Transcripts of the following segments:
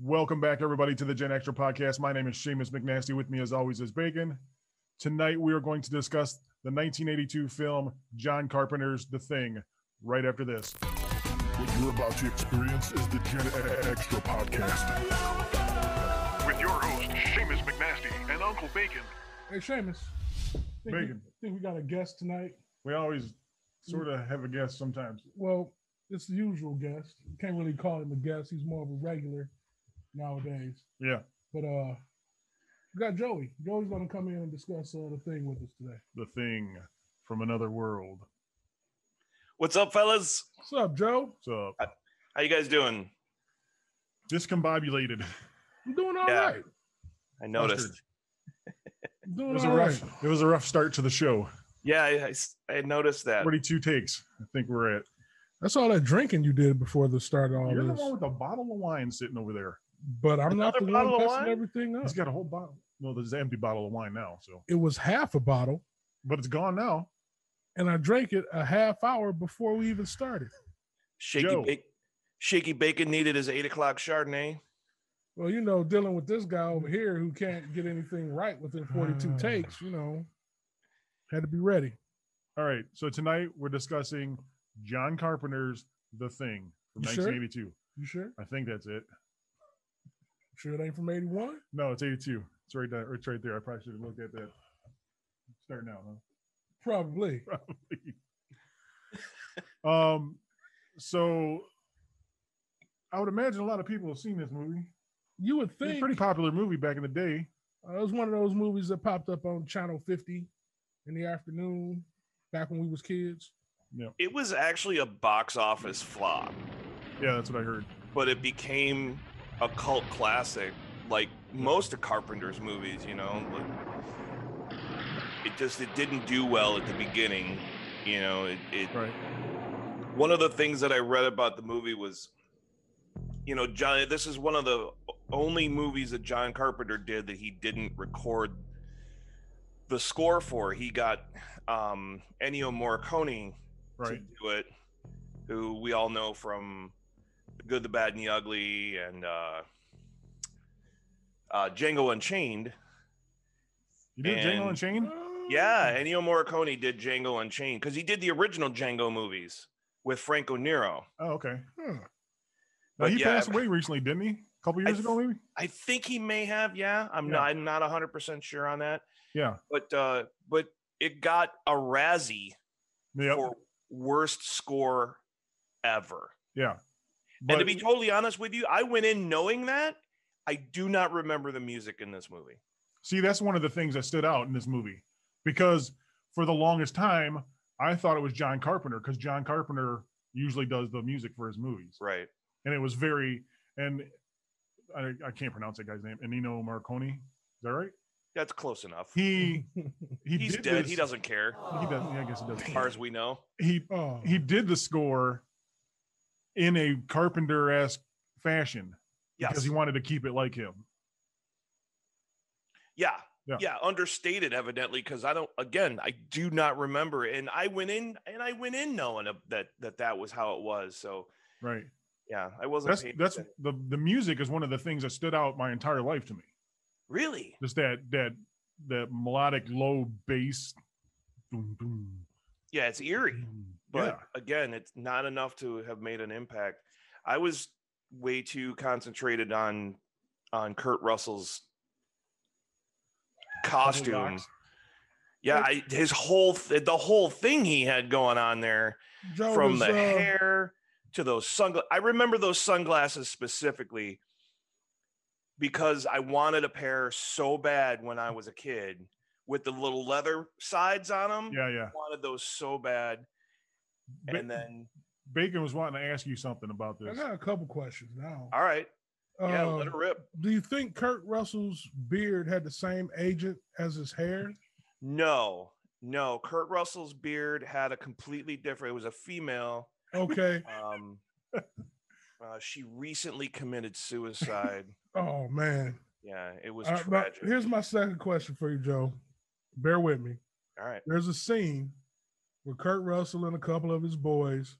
Welcome back, everybody, to the Gen Extra podcast. My name is Seamus McNasty. With me, as always, is Bacon. Tonight, we are going to discuss the 1982 film John Carpenter's The Thing right after this. What you're about to experience is the Gen E- Extra podcast. with your host Seamus McNasty and Uncle Bacon. Hey Seamus, think we, Bacon. think we got a guest tonight. We always sort of have a guest sometimes. Well, it's the usual guest. Can't really call him a guest. He's more of a regular nowadays. Yeah, But uh, we got Joey. Joey's gonna come in and discuss uh, the thing with us today. The Thing from Another World. What's up, fellas? What's up, Joe? So How you guys doing? discombobulated. I'm doing all right. Yeah. I noticed. Mustard. I'm It doing was a all right. rough. It was a rough start to the show. Yeah, I- I, s- I noticed that. 42 takes. I think we're at. That's all that drinking you did before the start of all You're the Uh, this. one with a bottle of wine sitting over there. But I'm not the Another one bottle of messing wine? everything up. He's got a whole bottle. No, there's an empty bottle of wine now. So, It was half a bottle, but it's gone now. and I drank it a half hour before we even started. Shaky Joe. bacon. Shaky bacon needed his eight o'clock Chardonnay. Well, you know, dealing with this guy over here who can't get anything right within 42 takes, you know, had to be ready. All right. So tonight we're discussing John Carpenter's The Thing from You sure? 1982. You sure? I think that's it. Sure, it ain't from 81? No, it's 82. It's right there. It's right there. I probably should have looked at that. Starting out, huh? Probably. Um, so I would imagine a lot of people have seen this movie. You would It's a think pretty popular movie back in the day. uh, it was one of those movies that popped up on Channel 50 in the afternoon back when we was kids. It was actually a box office flop, Yeah, that's what I heard. but it became a cult classic, like most of Carpenter's movies. You know, Like, it just it didn't do well at the beginning. You know, it, it Right. one of the things that I read about the movie was, you know, John. This is one of the only movies that John Carpenter did that he didn't record the score for. He got um, Ennio Morricone Right. to do it, who we all know from The Good, the Bad, and the Ugly, and uh, uh, Django Unchained. You did Django And- and Chain? Yeah, Ennio Morricone did Django Unchained because he did the original Django movies with Franco Nero. Oh, okay. Huh. Now, But he yeah, passed away recently, didn't he? A couple years ago, maybe? I think he may have. Yeah, I'm Yeah. not. I'm not 100 percent sure on that. Yeah. But uh, but it got a Razzie Yep. for worst score ever. Yeah. and to But- be totally honest with you, I went in knowing that. I do not remember the music in this movie. See, that's one of the things that stood out in this movie because for the longest time, I thought it was John Carpenter because John Carpenter usually does the music for his movies. Right. And it was very, and I, I can't pronounce that guy's name, Ennio Marconi. Is that right? That's close enough. He, he He's did dead. this- He doesn't care, He does, yeah, I guess he does. as far as we know. He, Oh, he did the score in a Carpenter esque fashion Yes. because he wanted to keep it like him. Yeah. Yeah. Yeah. understated evidently because I don't. Again, I do not remember, and I went in and I went in knowing that that that was how it was. So Right. yeah, I wasn't. That's, paying that's attention. the, the music is one of the things that stood out my entire life to me. really just that that that melodic low bass. Boom, boom, yeah, it's eerie. boom. but again it's not enough to have made an impact i was way too concentrated on on kurt russell's costume box. yeah I, his whole th- the whole thing he had going on there Joe from was, the uh, hair to those sunglasses i remember those sunglasses specifically because i wanted a pair so bad when i was a kid with the little leather sides on them yeah, yeah, yeah. i wanted those so bad Ba- and then Bacon was wanting to ask you something about I this. got a couple questions now. all right Yeah, Um, let it rip. do you think Kurt Russell's beard had the same agent as his hair? No, no. Kurt Russell's beard had a completely different. It was a female. Okay. Um, uh, she recently committed suicide. Oh man. Yeah, it was All right, Uh, but tragic. here's my second question for you, Joe. Bear with me. All right. There's a scene where Kurt Russell and a couple of his boys,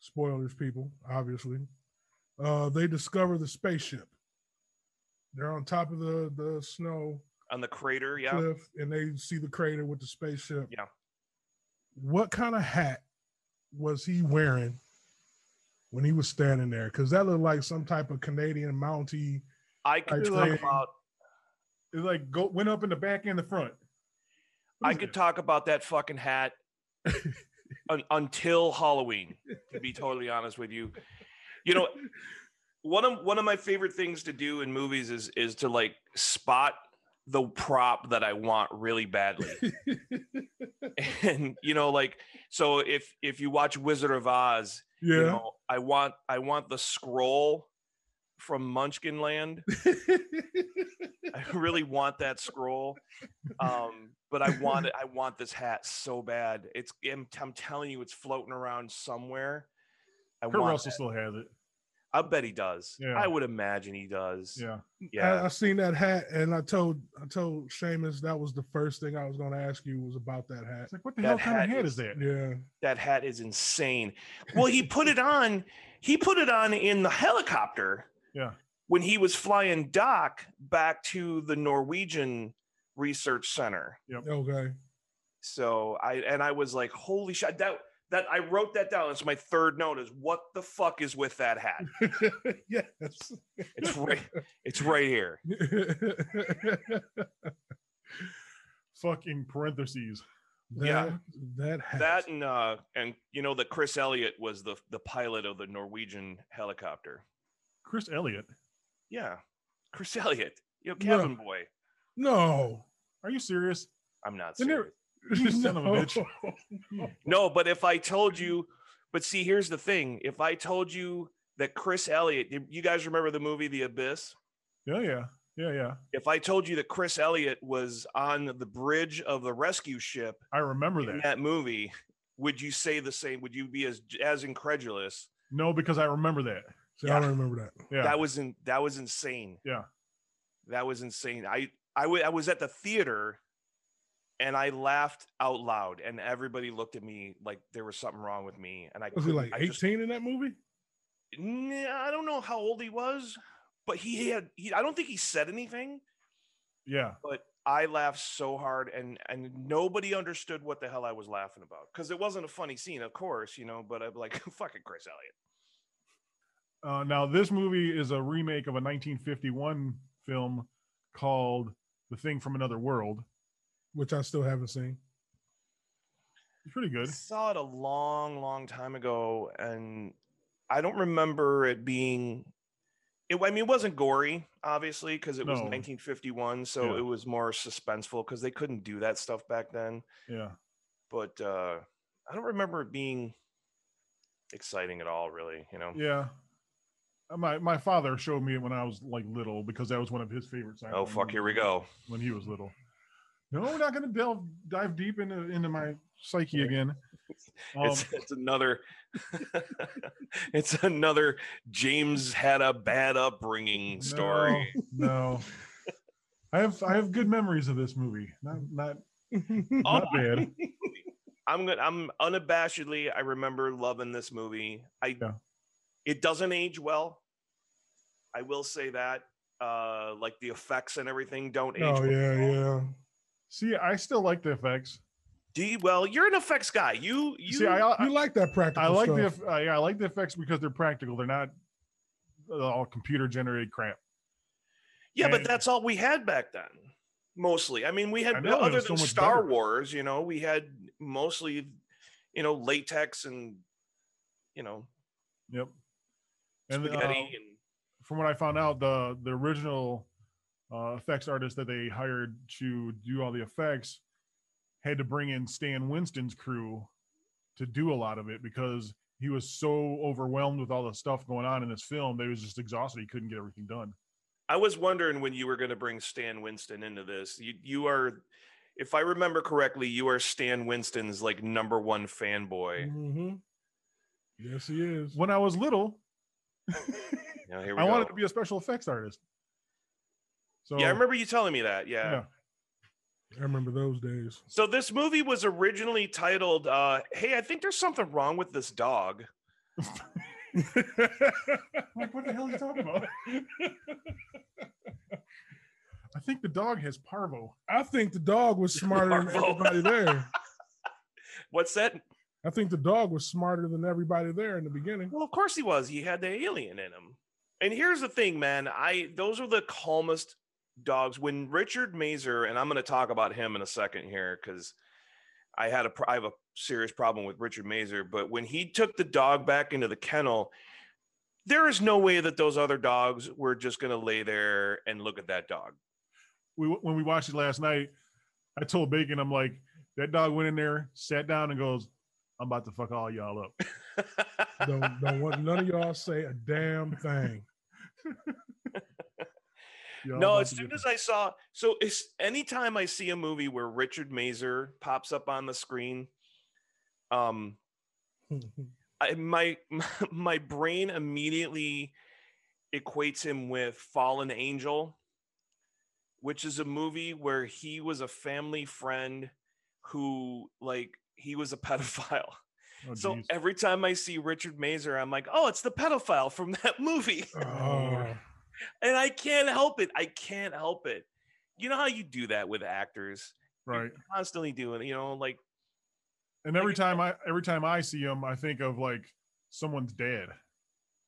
spoilers people, obviously, uh, they discover the spaceship. They're on top of the the snow on the crater. Yeah. cliff, and they see the crater with the spaceship. Yeah. What kind of hat was he wearing when he was standing there? Because that looked like some type of Canadian Mountie. I could It's talk like- about It like go went up in the back and the front. What I is could it? talk about that fucking hat un- until Halloween. To be totally honest with you, you know, one of one of my favorite things to do in movies is is to like spot the prop that I want really badly. and you know, like so if if you watch Wizard of Oz, Yeah. you know, I want I want the scroll from Munchkin Land. I really want that scroll. Um, but I want it, I want this hat so bad. It's I'm, I'm telling you, it's floating around somewhere. I Kurt want Russell still has it. I bet he does. Yeah. I would imagine he does. Yeah. Uh, Yeah. I, I seen that hat, and I told I told Seamus that was the first thing I was going to ask you was about that hat. It's like what the That hell kind hat of hat is- is that? Yeah. That hat is insane. Well, he put it on, he put it on in the helicopter. Yeah. When he was flying Doc back to the Norwegian research center. Okay. So I and I was like, holy shit, that that I wrote that down. It's my third note is what the fuck is with that hat? yes. It's right it's right here. Fucking parentheses. Yeah. That- That hat. That and uh and you know that Chris Elliott was the the pilot of the Norwegian helicopter. Chris Elliott. Yeah. Chris Elliott, you know, Yeah. cabin boy. no. Are you serious? I'm not Isn't there- serious. Son of a bitch. No, but if I told you, but see, here's the thing. If I told you that Chris Elliott, you guys remember the movie The Abyss? Yeah, yeah. Yeah, yeah. if I told you that Chris Elliott was on the bridge of the rescue ship I remember in that. that movie, would you say the same? Would you be as as incredulous? No, because I remember that. See, I Yeah. don't remember that. Yeah. That was in, that was insane. Yeah. that was insane. I I wa- I was at the theater, and I laughed out loud, and everybody looked at me like there was something wrong with me, and I Was he couldn't- like I 18 just- in that movie? Nah, I don't know how old he was, but he had. He, I don't think he said anything. yeah. but I laughed so hard and and nobody understood what the hell I was laughing about because it wasn't a funny scene, of course, you know. But I'm like, fucking Chris Elliott. Uh, now, this movie is a remake of a 1951 film called The Thing from Another World. Which I still haven't seen. It's pretty I good. saw it a long, long time ago, and I don't remember it being. It, I mean, it wasn't gory, obviously, because it was No. 1951, so Yeah. it was more suspenseful because they couldn't do that stuff back then. Yeah. But uh, I don't remember it being exciting at all, really. You know, Yeah. Uh, My my father showed me it when I was like little because that was one of his favorite sci-fi oh fuck, movies here we go. When he was little. No, we're not going to delve dive deep into into my psyche again. Um, it's, it's another it's another james had a bad upbringing story No, no. I have I have good memories of this movie. Not not Oh, not bad. i'm gonna i'm unabashedly i remember loving this movie i Yeah. it doesn't age well i will say that uh like the effects and everything don't age oh, well. yeah, yeah. See, I still like the effects. D, well you're an effects guy you you See, I You like that practical I like stuff. the eff- I, I like the effects because they're practical. They're not uh, all computer generated crap. yeah but and- that's all we had back then mostly i mean we had I know, it other was so than much star better. wars you know we had mostly you know latex and you know Yep. And uh, spaghetti and from what I found out, the the original uh, effects artist that they hired to do all the effects had to bring in Stan Winston's crew to do a lot of it because he was so overwhelmed with all the stuff going on in this film they was just exhausted. He couldn't get everything done. I was wondering when you were going to bring Stan Winston into this. You you are, if I remember correctly, you are Stan Winston's like number one fanboy. Mhm. Yes, he is. When I was little, Now, here Mm-hmm. we I go. wanted to be a special effects artist. So yeah, I remember you telling me that. Yeah. Yeah. I remember those days. So this movie was originally titled, uh, "Hey, I think there's something wrong with this dog." like, what the hell are you talking about? dog has parvo. I think the dog was smarter than Marvel. everybody there. What's that? I think the dog was smarter than everybody there in the beginning. Well, of course he was. He had the alien in him. And here's the thing, man. I those are the calmest dogs. When Richard Mazer and I'm going to talk about him in a second here because I had a pro- I have a serious problem with Richard Mazer. But when he took the dog back into the kennel, there is no way that those other dogs were just going to lay there and look at that dog. We when we watched it last night, I told Bacon, I'm like, that dog went in there, sat down, and goes, "I'm about to fuck all y'all up." Don't don't want none of y'all say a damn thing. Y'all no, about as to soon get- as I saw so it's anytime I see a movie where Richard Mazer pops up on the screen, um, Uh, I, my my brain immediately equates him with Fallen Angel, which is a movie where he was a family friend who like he was a pedophile. Oh, so geez. every time I see Richard Mazer, I'm like, oh, it's the pedophile from that movie. Oh, and I can't help it. I can't help it. You know how you do that with actors, right. constantly doing, you know, like And every time I every time I see him, I think of like someone's dad.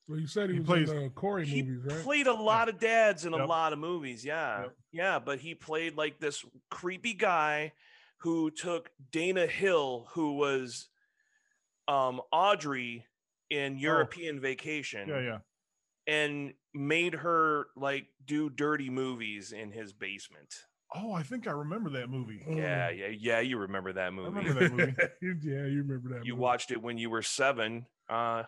well, you said he, He was plays- in the Corey he movies, right? played a lot of dads in a Yep. lot of movies. Yeah. Yep. Yeah. But he played like this creepy guy who took Dana Hill, who was um, Audrey in European vacation Oh. Yeah, yeah. and made her like do dirty movies in his basement. Oh, I think I remember that movie. Yeah. Yeah. Yeah. You remember that Mm. I movie. remember that movie. You- Oh. yeah, you remember that. you movie. watched it when you were seven uh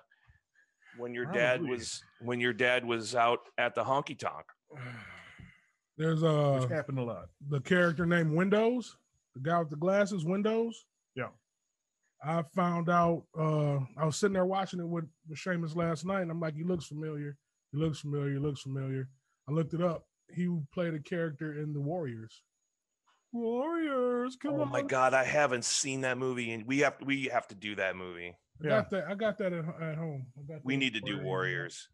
when your dad Probably. was when your dad was out at the honky tonk There's Which uh happened a lot. the character named Windows, the guy with the glasses, Windows. Yeah. I found out uh I was sitting there watching it with, with Seamus last night, and I'm like, he looks familiar, he looks familiar, he looks familiar. I looked it up. He played a character in The Warriors. Warriors, come oh on. my god i haven't seen that movie and we have we have to do that movie I Yeah. got that. I got that at, ho- at home. I got we that need to do Warriors. warriors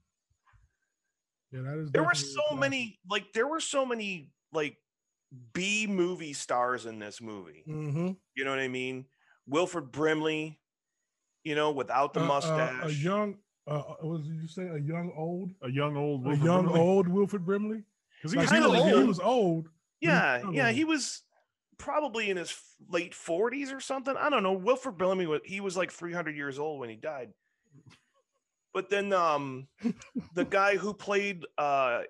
Yeah, that is. there were definitely a so classic. many like there were so many like b movie stars in this movie Mm-hmm. Mhm. you know what i mean wilfred brimley you know without the Uh, uh, mustache a young. Uh, was you say a young old? A young old a Wilford young Brimley. old Wilfred Brimley. 'Cause Like, he's he, kinda still was, he old. was old. He was Yeah, young yeah, old. he was probably in his f- late 40s or something. I don't know. Wilford Bellamy was he was like 300 years old when he died. But then um the guy who played uh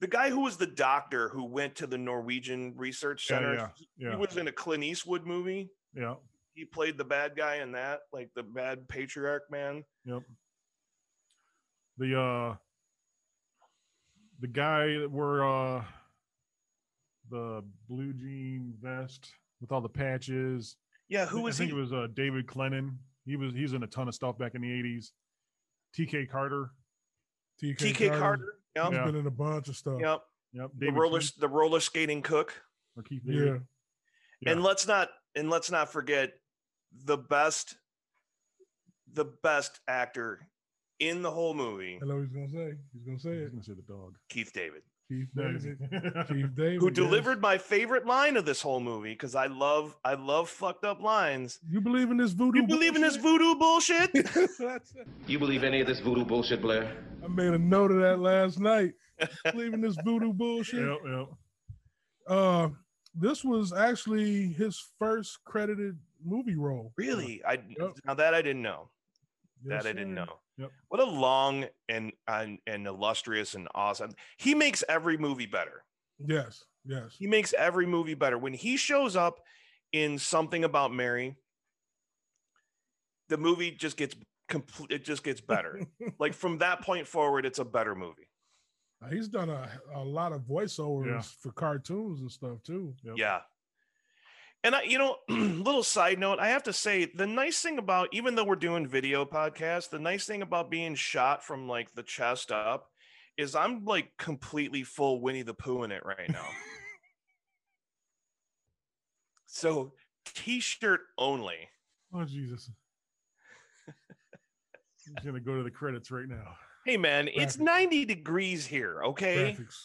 the guy who was the doctor who went to the Norwegian Research Yeah, Center, yeah, yeah, he was in a Clint Eastwood movie. yeah. He played the bad guy in that, like the bad patriarch man. The uh the guy that wore uh the blue jean vest with all the patches. Yeah, I who thi- was I think he? it was uh David Clennon. He was he's in a ton of stuff back in the eighties. TK Carter. TK Carter. Yep. He's Yeah. been in a bunch of stuff. Yep. Yep. The uh, David roller Keith- the roller skating cook. or Keith Yeah. David. and Yeah. let's not and let's not forget the best the best actor in the whole movie I know what he's gonna say. He's gonna say I was it. gonna say the dog. keith david Keith No, he's- David. Keith David. who yes. delivered my favorite line of this whole movie because i love i love fucked up lines You believe in this voodoo? you believe in this bullshit? voodoo bullshit That's it. You believe any of this voodoo bullshit, Blair? I made a note of that last night. believe in this voodoo bullshit. Yep, yep. Uh, this was actually his first credited movie role. Uh, really i now that i didn't know Yes, that i didn't sir. know Yep. what a long and, and and illustrious and awesome he makes every movie better Yes. Yes. He makes every movie better. When he shows up in something about Mary, the movie just gets complete. It just gets better. like from that point forward, it's a better movie. Uh, He's done a, a lot of voiceovers for cartoons and stuff too. Yep. Yeah. And I, you know, little side note, I have to say the nice thing about even though we're doing video podcasts, the nice thing about being shot from like the chest up is I'm like completely full Winnie the Pooh in it right now. so t-shirt only. Oh Jesus. I'm just gonna go to the credits right now. Hey man, it's Graphics. 90 degrees here, okay? Graphics.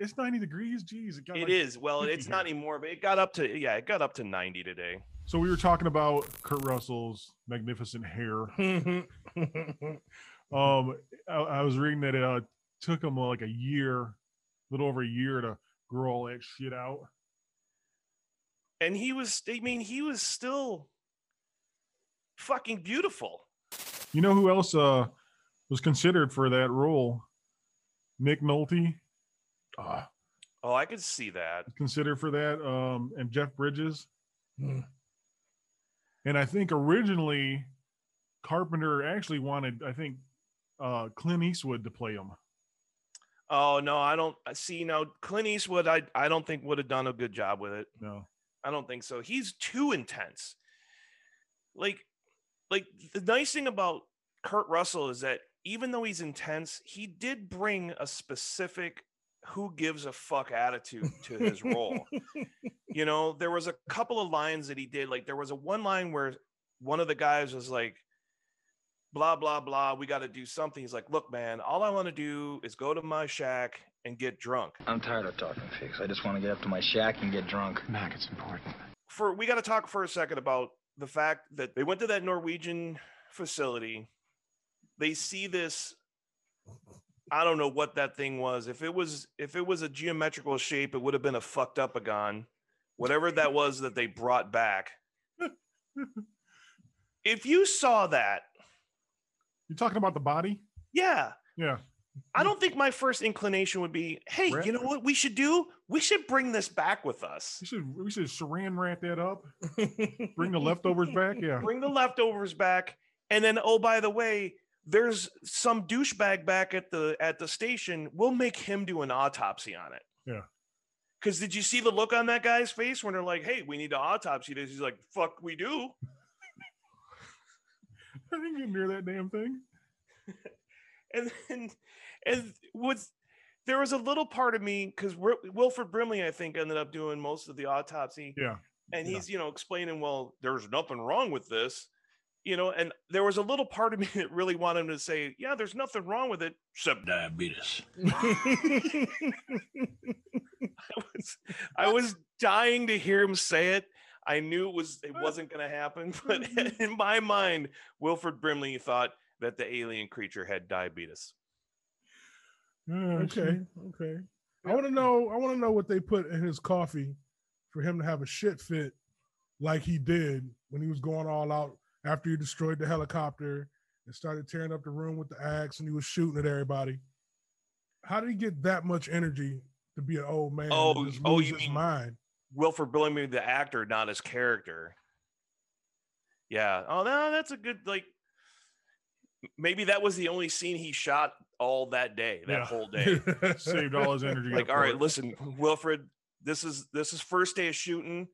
It's 90 degrees. Jeez, it got It like- is. Well, 50 it's not here. anymore, but it got up to yeah, it got up to 90 today. So we were talking about Kurt Russell's magnificent hair. Um, I, I was reading that it uh, took him like a year, a little over a year to grow all that shit out. And he was I mean, he was still fucking beautiful. You know who else uh, was considered for that role? Nick Nolte uh, Oh, I could see that. considered for that, um, and Jeff Bridges. Hmm. And I think originally Carpenter actually wanted, I think, uh, Clint Eastwood to play him. Oh no, I don't I see now Clint Eastwood I I don't think would have done a good job with it. No, I don't think so. He's too intense. Like, like the nice thing about Kurt Russell is that even though he's intense, he did bring a specific who gives a fuck attitude to his role. you know, there was a couple of lines that he did. Like there was a one line where one of the guys was like, blah, blah, blah, we gotta do something. He's like, look, man, all I want to do is go to my shack and get drunk. I'm tired of talking figs. I just want to get up to my shack and get drunk. Mac, it's important. for we got to talk for a second about the fact that they went to that Norwegian facility. They see this. I don't know what that thing was. If it was if it was a geometrical shape, it would have been a fucked up a gun. Whatever that was that they brought back. if you saw that, you're talking about the body. yeah. Yeah. I don't think my first inclination would be, hey, Right. you know what we should do? We should bring this back with us. We should we should saran wrap that up. Bring the leftovers back. Yeah. bring the leftovers back and then oh by the way there's some douchebag back at the at the station we'll make him do an autopsy on it Yeah. because did you see the look on that guy's face when they're like hey we need to autopsy this he's like fuck we do I didn't get near that damn thing. and then and what's there was a little part of me because wilfred brimley i think ended up doing most of the autopsy Yeah. and Yeah. he's you know explaining well there's nothing wrong with this you know and there was a little part of me that really wanted him to say yeah there's nothing wrong with it except diabetes I, was, I was dying to hear him say it i knew it was it wasn't going to happen but in my mind wilfred brimley thought that the alien creature had diabetes Yeah, okay, shit. Mm-hmm. okay. I want to know. I want to know what they put in his coffee for him to have a shit fit like he did when he was going all out after he destroyed the helicopter and started tearing up the room with the axe and he was shooting at everybody. How did he get that much energy to be an old man? and Oh, just oh, lose you his mean- mind? Wilford Brimley, the actor, not his character. Yeah. Oh no, that's a good like. Maybe that was the only scene he shot all that day, that Yeah. whole day. Saved all his energy. like, up all for right, it. listen, Wilfred, this is this is first day of shooting.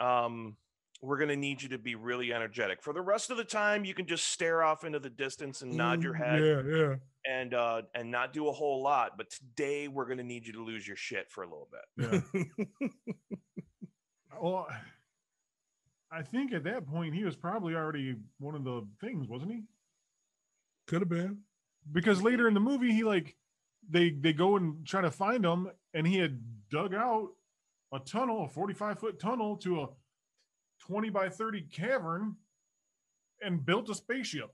Um, we're gonna need you to be really energetic. For the rest of the time, you can just stare off into the distance and nod your Mm, head Yeah, yeah. and uh and not do a whole lot. But today we're gonna need you to lose your shit for a little bit. Well, I think at that point he was probably already one of the things, wasn't he? Could have been. Because later in the movie, he like they they go and try to find him, and he had dug out a tunnel, a forty five foot tunnel to a twenty by thirty cavern, and built a spaceship.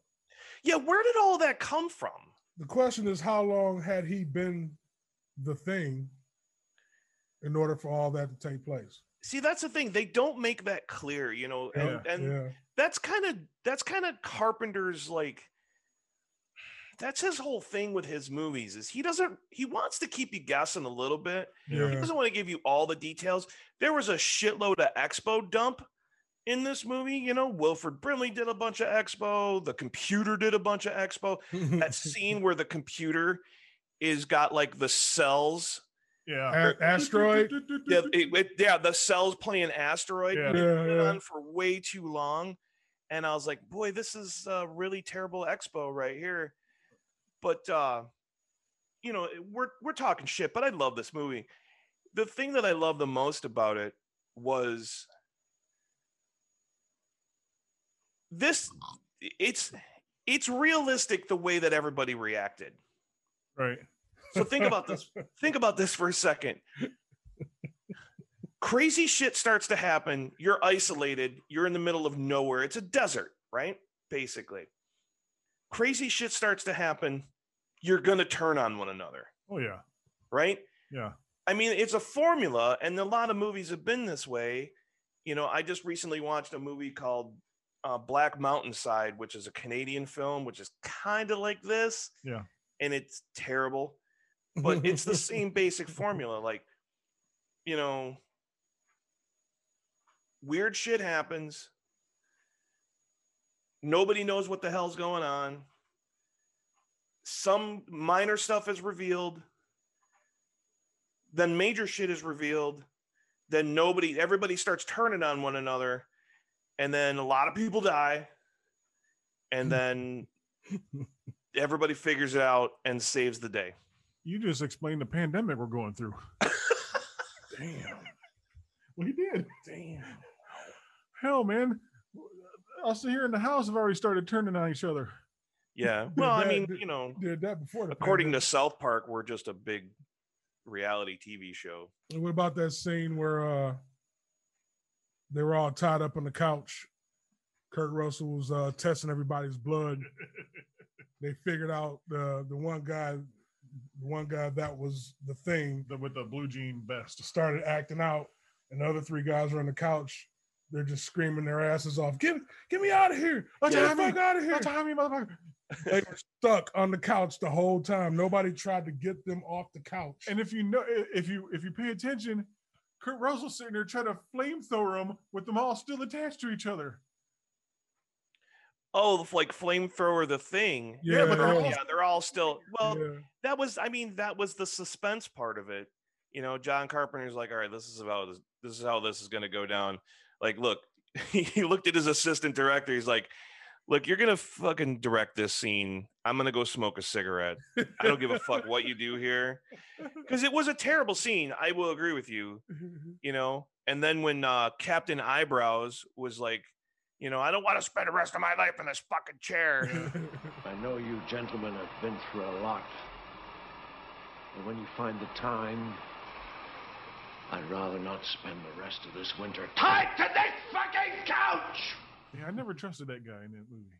Yeah, where did all that come from? The question is, how long had he been the thing in order for all that to take place? see that's the thing they don't make that clear you know and, and yeah. that's kind of that's kind of carpenter's like that's his whole thing with his movies is he doesn't he wants to keep you guessing a little bit he Yeah. doesn't want to give you all the details there was a shitload of expo dump in this movie you know wilfred brimley did a bunch of expo the computer did a bunch of expo that scene where the computer is got like the cells Yeah, A- asteroid. yeah, it- it- yeah the cells playing asteroid Yeah. Yeah, went yeah. on for way too long. And I was like, boy, this is a really terrible expo right here. But uh, you know, it- we're we're talking shit, but I love this movie. The thing that I love the most about it was this it's it's realistic the way that everybody reacted right. So think about this. Think about this for a second. Crazy shit starts to happen. You're isolated. You're in the middle of nowhere. It's a desert, right? Basically. Crazy shit starts to happen. You're going to turn on one another, Oh yeah, right? yeah. I mean, it's a formula, and a lot of movies have been this way. You know, I just recently watched a movie called uh, Black Mountainside, which is a Canadian film, which is kind of like this. Yeah. And it's terrible, but it's the same basic formula. Like, you know, weird shit happens. Nobody knows what the hell's going on. Some minor stuff is revealed then major shit is revealed then nobody everybody starts turning on one another and then a lot of people die and then everybody figures it out and saves the day You just explained the pandemic we're going through. Damn. Well, he did. Damn. Hell, man. Us here in the house have already started turning on each other. yeah well i that- mean you know Did that before. The according to south park we're just a big reality tv show And what about that scene where uh they were all tied up on the couch? Kurt Russell was uh, testing everybody's blood. they figured out the the one guy, the one guy that was the thing The, with the blue jean vest. started acting out, and the other three guys are on the couch. They're just screaming their asses off. Get get me out of here! Get Yeah. the fuck out of here! That's how I mean, motherfucker. They were stuck on the couch the whole time. Nobody tried to get them off the couch. And if you know, if you if you pay attention, Kurt Russell's sitting there trying to flamethrower them with them all still attached to each other. oh like flamethrower the thing Yeah, but they're Oh, all- yeah they're all still well yeah. that was i mean that was the suspense part of it you know john carpenter's like all right this is about this, this is how this is going to go down like look he looked at his assistant director he's like look you're going to fucking direct this scene i'm going to go smoke a cigarette i don't give a fuck what you do here because it was a terrible scene i will agree with you you know and then when uh, captain eyebrows was like you know i don't want to spend the rest of my life in this fucking chair I know you gentlemen have been through a lot. But when you find the time, I'd rather not spend the rest of this winter tied to this fucking couch! Yeah, I never trusted that guy in that movie.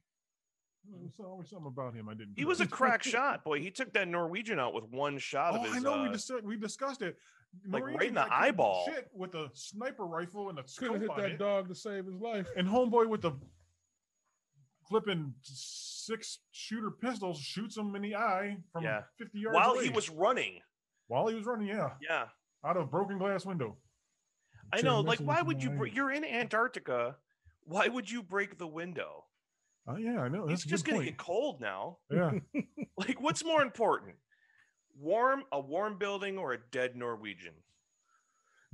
There was always something about him I didn't. He was a trust. crack shot, boy. He took that Norwegian out with one shot Oh, of his. I know we uh, discussed we discussed it. like, right Norwegian in the guy couldn't do eyeball. Shit with a sniper rifle and a Couldn't scope hit on that it. dog to save his life. and homeboy with the flipping six shooter pistol shoots him in the eye from Yeah. 50 yards while away. he was running. while he was running yeah Yeah, out of a broken glass window I Sure, know. that's Like, what why you would you? want. Br- you're in Antarctica. Why would you break the window? oh yeah i know It's that's a just good gonna point get cold now. yeah Like, what's more important, warm a warm building or a dead Norwegian?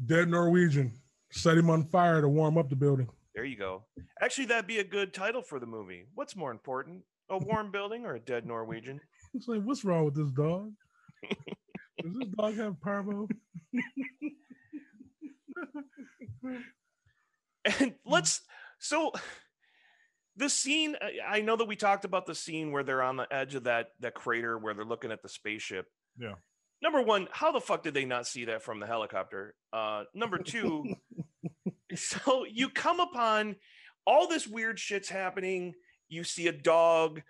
Dead Norwegian. Set him on fire to warm up the building. There you go. Actually, that'd be a good title for the movie. What's more important, a warm building or a dead Norwegian? It's like, what's wrong with this dog? Does this dog have parvo? and let's so the scene I- i know that we talked about the scene where they're on the edge of that that crater where they're looking at the spaceship Yeah. number one how the fuck did they not see that from the helicopter uh number two so you come upon all this weird shit's happening you see a dog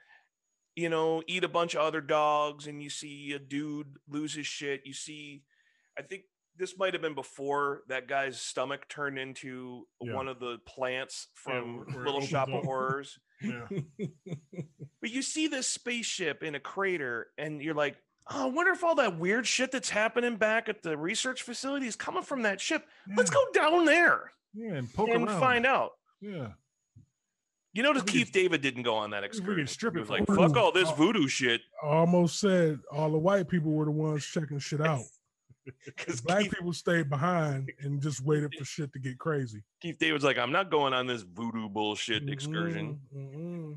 you know eat a bunch of other dogs and you see a dude lose his shit you see i think this might have been before that guy's stomach turned into Yeah. one of the plants Yeah, from where it Little opens Shop up. of Horrors. yeah But you see this spaceship in a crater, and you're like, oh, I wonder if all that weird shit that's happening back at the research facility is coming from that ship. Let's Yeah. go down there yeah and Hmm. poke and around find out. yeah You notice We could- Keith David didn't go on that could excursion. strip He it was for like, free. fuck all this Oh. voodoo shit. I almost said all the white people were the ones checking shit out. Because Black Keith, people stayed behind and just waited for shit to get crazy. Keith David's like, I'm not going on this voodoo bullshit excursion. Mm-mm, mm-mm. Mm-hmm,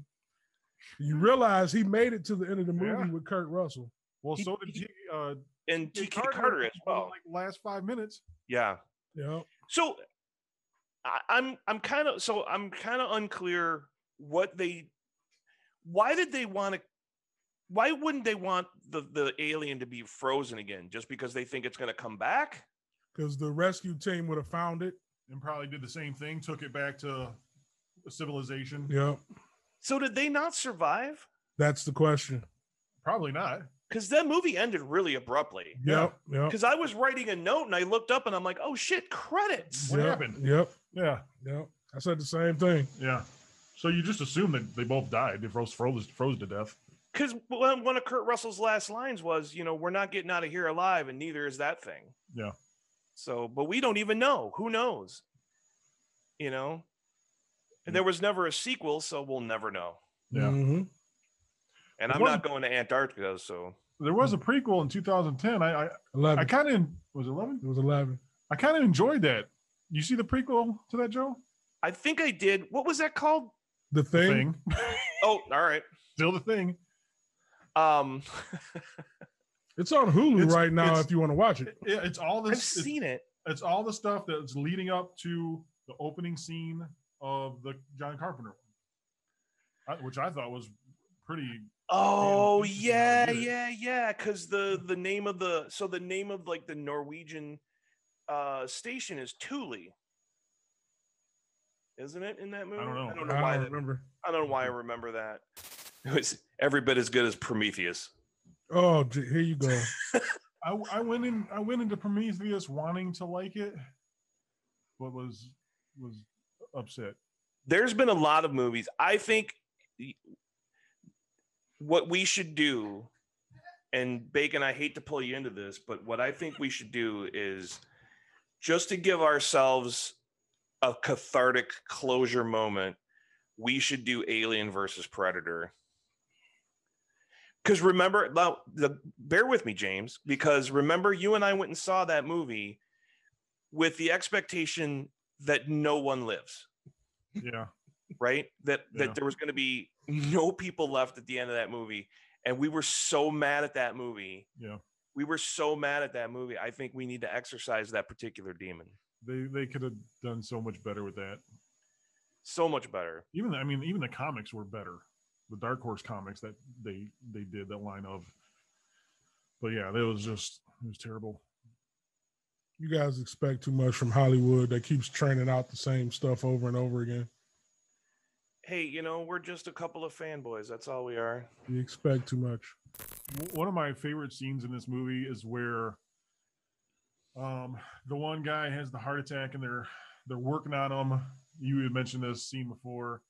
You realize he made it to the end of the movie Yeah. with Kurt Russell. well He- so did he- T- uh And T. T.K. Carter as within, well. like last five minutes Yeah. Yep. So I, I'm I'm kind of so I'm kind of unclear what they why did they want to Why wouldn't they want the the alien to be frozen again? Just because they think it's going to come back? because the rescue team would have found it. and probably did the same thing, took it back to civilization. Yep, So did they not survive? that's the question. Probably not. Because that movie ended really abruptly. Yep, yep. Because I was writing a note and I looked up and I'm like, oh shit, credits. What yep, happened? Yep, Yeah, yep. I said the same thing. yeah. So you just assume that they both died. They froze froze, froze to death. Because one of Kurt Russell's last lines was, you know, we're not getting out of here alive, and neither is that thing. Yeah. So, but we don't even know. Who knows? You know? And there was never a sequel, so we'll never know. Yeah. Mhm. And I'm One- not going to Antarctica, so There was Hmm. a prequel in 2010. I I, eleven. I kind of was it 11. it was eleven. I kind of enjoyed that. You see the prequel to that, Joe? I think I did. What was that called? The thing. Thing. Oh, all right. Still the thing. Um, It's on Hulu It's- right now. it's- If you want to watch it, It- it's all I've this. It's, seen it. it's all the stuff that's leading up to the opening scene of the John Carpenter one, I- which I thought was pretty. Oh this is how yeah, I did it. yeah, yeah. Because the the name of the so the name of like the Norwegian uh station is Thule, isn't it? In that movie, don't know. I I don't know why. don't That, remember. I don't know why I remember that. It was every bit as good as Prometheus. Oh, gee, here you go. I, I went in. I went into Prometheus wanting to like it, but was was upset. There's been a lot of movies. I think y- what we should do, and Bacon, I hate to pull you into this, but what I think we should do is just to give ourselves a cathartic closure moment, we should do Alien versus Predator. Because remember, now, the, bear with me, James, because remember, you and I went and saw that movie with the expectation that no one lives Yeah. right? That Yeah. that there was going to be no people left at the end of that movie, and we were so mad at that movie. Yeah. we were so mad at that movie. I think we need to exercise that particular demon They they could have done so much better with that. so much better. Even the- I mean, even the comics were better. The Dark Horse comics that they they did that line of. But yeah, that was just it was terrible. you guys expect too much from Hollywood that keeps churning out the same stuff over and over again. Hey, you know, we're just a couple of fanboys. That's all we are. You expect too much. W- One of my favorite scenes in this movie is where um the one guy has the heart attack and they're they're working on him. You had mentioned this scene before,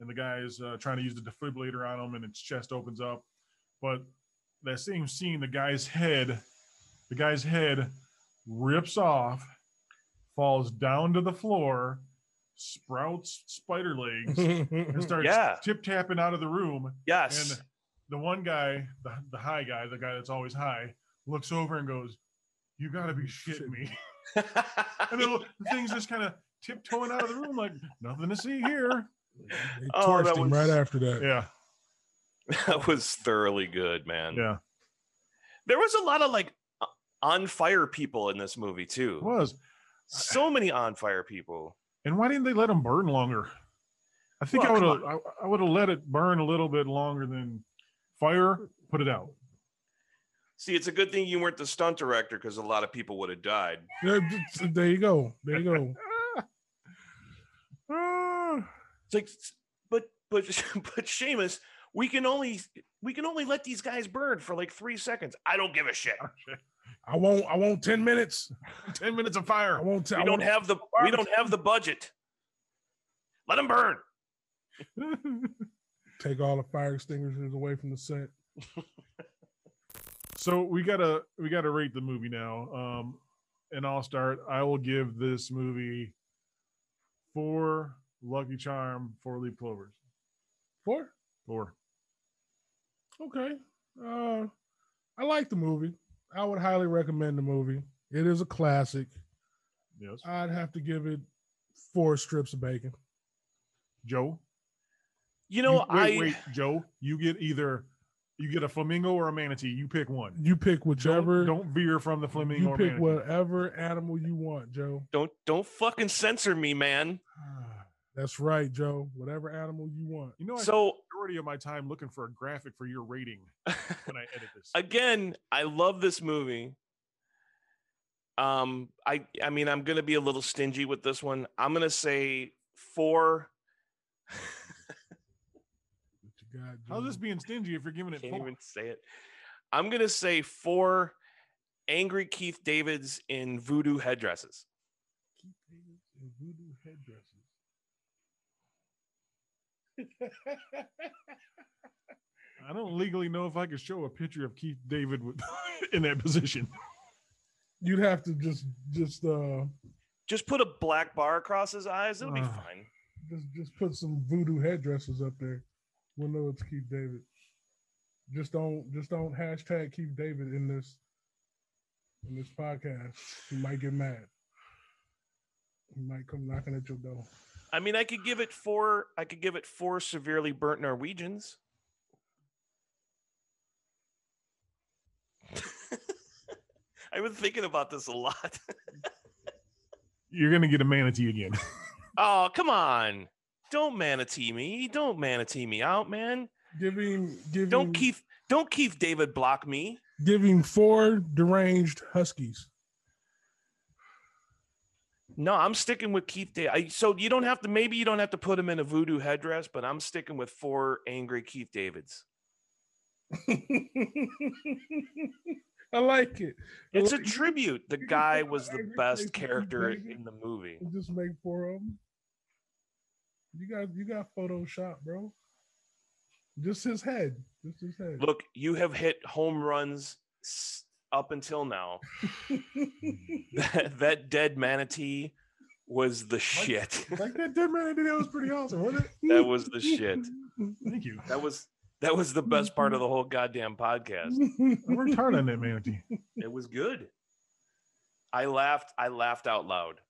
and the guy is uh, trying to use the defibrillator on him, and its chest opens up. But that same scene, the guy's head, the guy's head rips off, falls down to the floor, sprouts spider legs, and starts Yeah. tip tapping out of the room. Yes, And the one guy, the, the high guy, the guy that's always high, looks over and goes, "You gotta be shitting me!" And the, little- the thing's just kind of tiptoeing out of the room, like nothing to see here. They Oh, torched that him was- right after that. Yeah, that was thoroughly good, man. yeah, There was a lot of like uh, on fire people in this movie too. it was. So many on fire people. And why didn't they let him burn longer? I think Well, I would come have. I, I would have let it burn a little bit longer than fire. Put it out. See, it's a good thing you weren't the stunt director because a lot of people would have died. Yeah, There you go. There you go. Uh, Ah. It's like, s- but but but Seamus, we can only we can only let these guys burn for like three seconds. I don't give a shit. I won't. I want ten minutes. Ten minutes of I fire. won't. T- We I don't won't have the we don't have the budget. Let them burn. take all the fire extinguishers away from the set. so we gotta we gotta rate the movie now um and i'll start i will give this movie four lucky charm four leaf clovers Four. four Okay. Uh, I like the movie. I would highly recommend the movie. It is a classic. yes I'd have to give it four strips of bacon. joe You know, you, wait, I wait joe you get either you get a flamingo or a manatee you pick one You pick whichever. don't, don't veer from the flamingo you or pick manatee. whatever animal you want, Joe. don't don't fucking censor me, man. Ah, That's right, Joe. Whatever animal you want. You know, I spent So the majority of my time looking for a graphic for your rating when I edit this. again, I love this movie. Um, I I mean, I'm gonna be a little stingy with this one. I'm gonna say four. What you got, Joe? How's this being stingy if you're giving it Can't four? even say it. I'm gonna say four angry Keith Davids in voodoo headdresses. Keith David and voodoo headdresses. I don't legally know if I could show a picture of Keith David with, in that position. You'd have to just just uh Just put a black bar across his eyes, it'll be Ugh. fine. just just put some voodoo headdresses up there. We'll know it's Keith David. Just don't just don't hashtag Keith David in this in this podcast. He might get mad. He might come knocking at your door. I mean, I could give it four. I could give it four severely burnt Norwegians. I've been thinking about this a lot. You're gonna get a manatee again. oh, come on! Don't manatee me. Don't manatee me out, man. Give him give him Don't Keith. Don't Keith David block me. give him four deranged huskies. No, I'm sticking with Keith David. I, so you don't have to. Maybe you don't have to put him in a voodoo headdress, but I'm sticking with four angry Keith Davids. I like it. I It's a like it. tribute. The you can guy put was the angry Keith best character David. in the movie. and just make four of them. You got you got Photoshop, bro. Just his head, just his head. Look, you have hit home runs s- up until now. that, that dead manatee was the shit. like that dead man I did that was pretty awesome, wasn't it? That was the shit. Thank you. That was that was the best part of the whole goddamn podcast. I worked hard on that manatee. It was good. I laughed. I laughed out loud.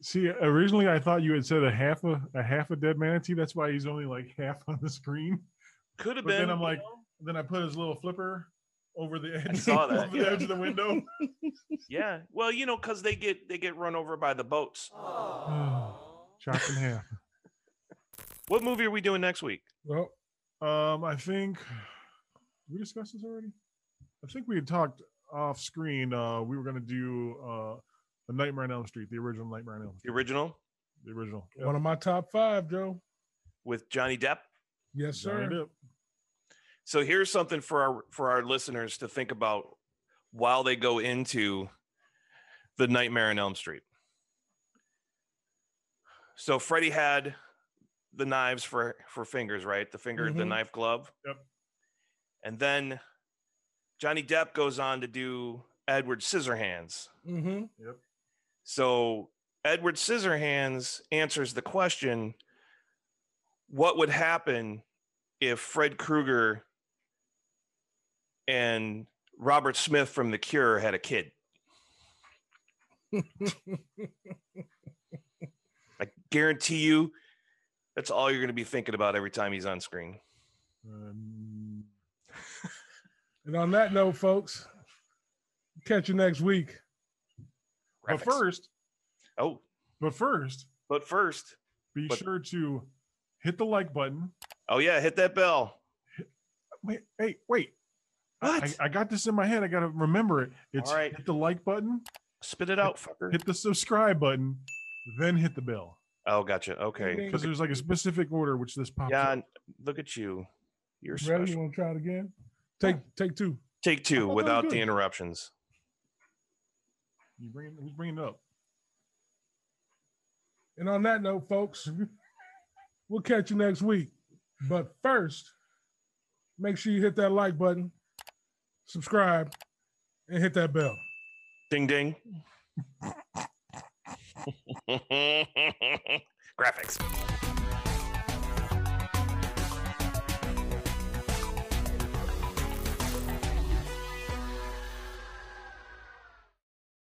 See, originally I thought you had said a half a, a half a dead manatee. That's why he's only like half on the screen. Could have But been. then I'm you like- know, Then I put his little flipper over the edge. saw that, over yeah. the edge of the window. yeah. Well, you know, because they get they get run over by the boats. Chopped in half. What movie are we doing next week? Well, Um, I think we discussed this already. I think we had talked off screen. Uh, we were going to do uh, the Nightmare on Elm Street, the original Nightmare on Elm The Street, original the original. one of my top five, Joe. with Johnny Depp. Yes, Johnny sir. Depp. So here's something for our for our listeners to think about while they go into the Nightmare in Elm Street. So Freddy had the knives for for fingers, right? The finger, the Mhm. knife glove. Yep. And then Johnny Depp goes on to do Edward Scissorhands. Mm-hmm. So Edward Scissorhands answers the question what would happen if Fred Krueger and Robert Smith from The Cure had a kid? Mm-hmm. I guarantee you that's all you're going to be thinking about every time he's on screen. Mm, Um, And on that note, folks, catch you next week. but Graphics. first, oh, but first, but first, be But- sure to hit the like button. oh yeah, hit that bell. Wait, hey, wait. I- What? I, I got this in my head. I got to remember it. It's All right. hit the like button, Spit it out, fucker. hit the subscribe button, then hit the bell. Oh, gotcha. Okay. Because there's like a specific order which this pops up. Yeah, and look at you. You're Ready? special. You want to try it again? Take take two. Take thought that two was without the Oh, good. interruptions. You bring who's bringing it up? And on that note, folks, we'll catch you next week. But first, make sure you hit that like button, subscribe, and hit that bell. Ding ding. Graphics.